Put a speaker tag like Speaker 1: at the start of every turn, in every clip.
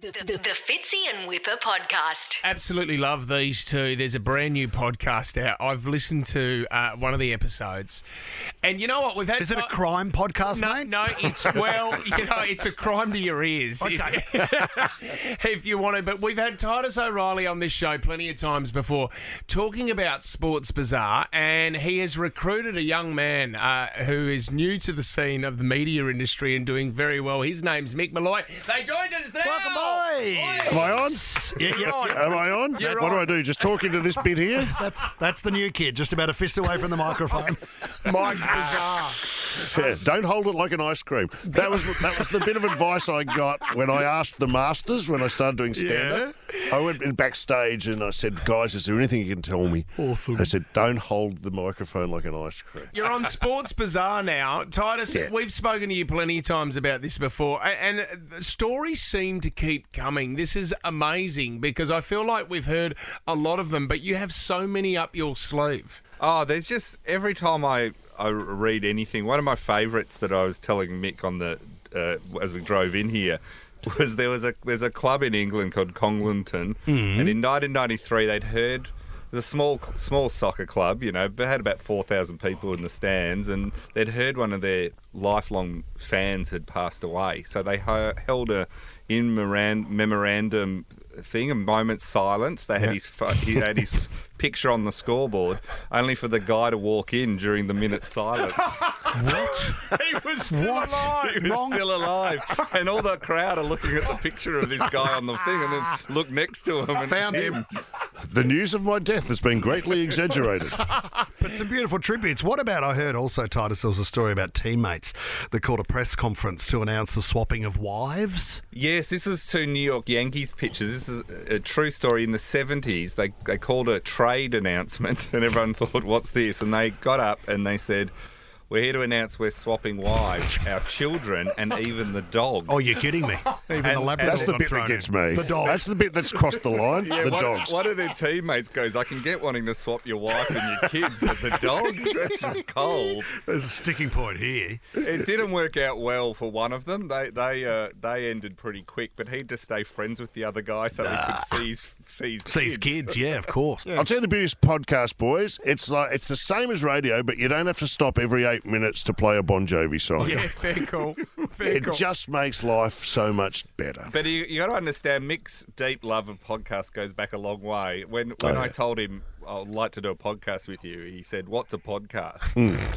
Speaker 1: The, the, the Fitzy and Whipper podcast.
Speaker 2: Absolutely love these two. There's a brand new podcast out. I've listened to uh, one of the episodes, and you know what? We've had
Speaker 3: Is it a
Speaker 4: Uh,
Speaker 2: ti-
Speaker 3: crime podcast,
Speaker 2: No,
Speaker 3: mate?
Speaker 2: no, it's well, you know, it's a crime to your ears if, if you want to. But we've had Titus O'Reilly on this show plenty of times before, talking about Sports Bazaar, and he has recruited a young man uh, who is new to the scene of the media industry and doing very well. His name's Mick Malloy. They joined us now.
Speaker 3: Welcome, boys.
Speaker 2: Oi.
Speaker 4: Am I on?
Speaker 3: Yeah, you're on.
Speaker 4: Am I on?
Speaker 2: You're
Speaker 4: what
Speaker 2: on.
Speaker 4: do I do? Just talk into this bit here?
Speaker 3: That's that's the new kid, just about a fist away from the microphone.
Speaker 2: Mike Bazaar.
Speaker 4: Yeah, don't hold it like an ice cream. That was that was the bit of advice I got when I asked the masters when I started doing stand up. I went in backstage and I said, "Guys, is there anything you can tell me?" Awesome. They said, "Don't hold the microphone like an ice cream."
Speaker 2: You're on Sports Bazaar now. Titus,
Speaker 4: Yeah.
Speaker 2: we've spoken to you plenty of times about this before, a- and the stories seem to keep coming. This is amazing because I feel like we've heard a lot of them, but you have so many up your sleeve.
Speaker 5: Oh, there's just every time I, I read anything, one of my favourites that I was telling Mick on the uh, as we drove in here was there was a there's a club in England called Conglinton, and in 1993 they'd heard it was a small small soccer club, you know, but had about 4,000 people in the stands, and they'd heard one of their lifelong fans had passed away, so they h- held a in memoran- memorandum thing, a moment's silence. They had his pho- he had his picture on the scoreboard, only for the guy to walk in during the minute's silence.
Speaker 2: He was still
Speaker 5: he
Speaker 2: alive.
Speaker 5: was still alive, and all the crowd are looking at the picture of this guy on the thing, and then look next to him and it's
Speaker 3: Found him.
Speaker 4: The news of my death has been greatly exaggerated.
Speaker 3: But some beautiful tributes. What about I heard also, Titus, there was a story about teammates that called a press conference to announce the swapping of wives.
Speaker 5: Yes, this was two New York Yankees pitchers. This is a true story. In the 70s, they, they called a trade announcement, and everyone thought, what's this? And they got up and they said, we're here to announce we're swapping wives, our children, and even the dog.
Speaker 3: Oh, you're kidding me. Even the
Speaker 5: And-
Speaker 3: Labrador
Speaker 4: That's the
Speaker 3: got
Speaker 4: bit
Speaker 3: thrown
Speaker 4: that gets
Speaker 3: in.
Speaker 4: me.
Speaker 3: The dog.
Speaker 4: That's the bit that's crossed the line. the
Speaker 5: one,
Speaker 4: dogs.
Speaker 5: One of their teammates goes, I can get wanting to swap your wife and your kids, but the dog? That's just cold.
Speaker 3: There's a sticking point here.
Speaker 5: It didn't work out well for one of them. They they uh, they ended pretty quick, but he had to stay friends with the other guy so he could see his, see his
Speaker 3: Sees kids, yeah, of course.
Speaker 4: I'll tell you the beauty of podcast, boys. It's like it's the same as radio, but you don't have to stop every eight minutes to play a Bon Jovi song.
Speaker 2: Yeah, fair call. Fair
Speaker 4: It
Speaker 2: call.
Speaker 4: just makes life so much better.
Speaker 5: But you, you got to understand, Mick's deep love of podcasts goes back a long way. When
Speaker 4: Oh,
Speaker 5: when I told him I'd like to do a podcast with you, he said, "What's a podcast?"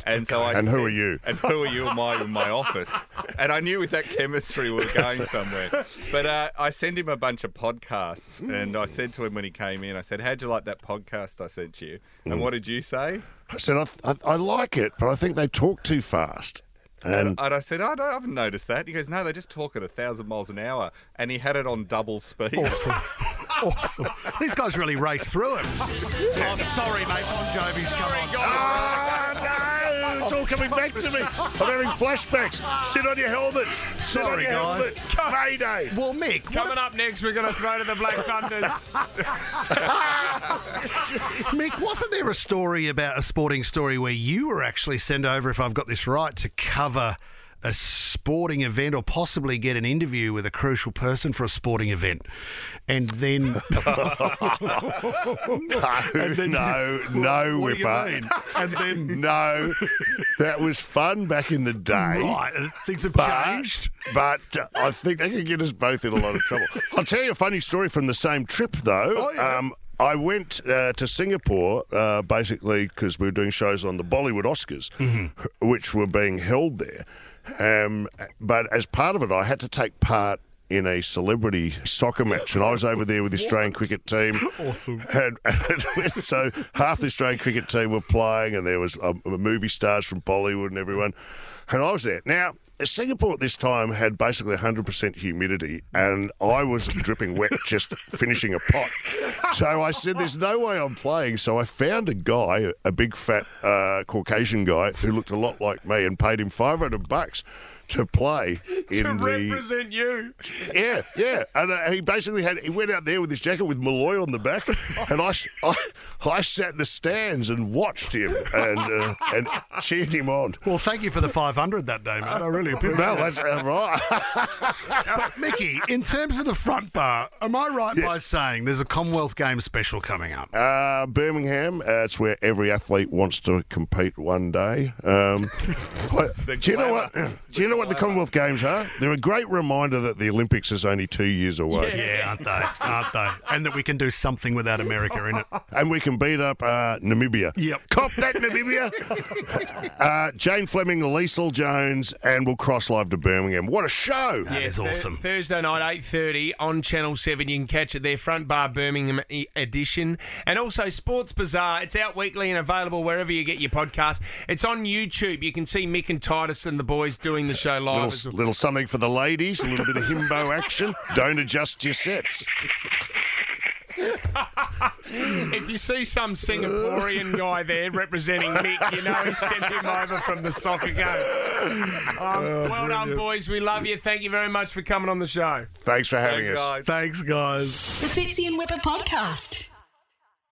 Speaker 5: And so I
Speaker 4: Hmm. And who
Speaker 5: said-
Speaker 4: are you?
Speaker 5: And who are you in my in my office? And I knew with that chemistry we were going somewhere. But uh, I sent him a bunch of podcasts, and I said to him when he came in, I said, "How'd you like that podcast I sent you?"
Speaker 4: Hmm.
Speaker 5: And what did you say?
Speaker 4: I said, I, I, I like it, but I think they talk too fast. And
Speaker 5: And I said, I, don't, I haven't noticed that. He goes, No, they just talk at a thousand miles an hour, and he had it on double speed.
Speaker 4: Oh,
Speaker 3: Awesome. awesome. These guys really race through it. oh, sorry, mate. Bon Jovi's come on.
Speaker 4: Ah, no, it's all coming back to me. I'm having flashbacks. Sit on your helmets. Sit
Speaker 3: Sorry,
Speaker 4: on your
Speaker 3: guys.
Speaker 4: helmets. Mayday.
Speaker 3: Well, Mick, what
Speaker 2: Coming up next, we're going to throw to the Black Thunders.
Speaker 3: Mick, wasn't there a story about a sporting story where you were actually sent over, if I've got this right, to cover a sporting event or possibly get an interview with a crucial person for a sporting event? And then.
Speaker 4: No, no, no,
Speaker 3: What do you
Speaker 4: Whipper.
Speaker 3: mean? And then.
Speaker 4: No, that was fun back in the day.
Speaker 3: Right, uh, things have
Speaker 4: But,
Speaker 3: changed.
Speaker 4: but uh, I think they could get us both in a lot of trouble. I'll tell you a funny story from the same trip, though.
Speaker 3: Oh, yeah.
Speaker 4: um, I went uh, to Singapore uh, basically because we were doing shows on the Bollywood Oscars,
Speaker 3: Mm-hmm.
Speaker 4: which were being held there. Um, but as part of it, I had to take part in a celebrity soccer match, and I was over there with the Australian cricket team. Awesome. And, and so half the Australian cricket team were playing, and there was um, movie stars from Bollywood and everyone, and I was there. Now Singapore at this time had basically 100% humidity, and I was dripping wet just finishing a pot. So I said, There's no way I'm playing. So I found a guy, a big fat uh, Caucasian guy, who looked a lot like me and paid him 500 bucks to play
Speaker 2: to
Speaker 4: in the
Speaker 2: represent you.
Speaker 4: yeah, yeah. And uh, he basically had he went out there with his jacket with Malloy on the back, and I, s- I, I sat in the stands and watched him and uh, and cheered him on.
Speaker 3: Well, thank you for the 500 that day, mate. I really appreciate
Speaker 4: No,
Speaker 3: it.
Speaker 4: that's uh, right.
Speaker 3: But Mickey, in terms of the front bar, am I right by saying there's a Commonwealth Games special coming up?
Speaker 4: Uh, Birmingham, uh, it's where every athlete wants to compete one day. Um, but do you know what? Do you know what the Commonwealth Games are? They're a great reminder that the Olympics is only two years away,
Speaker 3: Yeah, aren't they? Aren't they? And that we can do something without America in it.
Speaker 4: and we can beat up uh, Namibia.
Speaker 3: Yep.
Speaker 4: cop that Namibia. uh, Jane Fleming, Liesl Jones, and we'll cross live to Birmingham. What a show!
Speaker 3: That is
Speaker 2: Thur-
Speaker 3: awesome.
Speaker 2: Thursday night, 8.30 on Channel 7. You can catch it there, Front Bar Birmingham e- edition. And also Sports Bazaar. It's out weekly and available wherever you get your podcast. It's on YouTube. You can see Mick and Titus and the boys doing the show live. as well.
Speaker 4: Little, little something for the ladies, a little bit of himbo action. Don't adjust your sets.
Speaker 2: If you see some Singaporean guy there representing Mick, you know he sent him over from the soccer game. Um,
Speaker 3: Oh,
Speaker 2: well done, boys. We love you. Thank you very much for coming on the show.
Speaker 4: Thanks for having
Speaker 5: Thanks,
Speaker 4: us.
Speaker 5: guys.
Speaker 3: Thanks, guys.
Speaker 1: The Fitzy and Whipper podcast.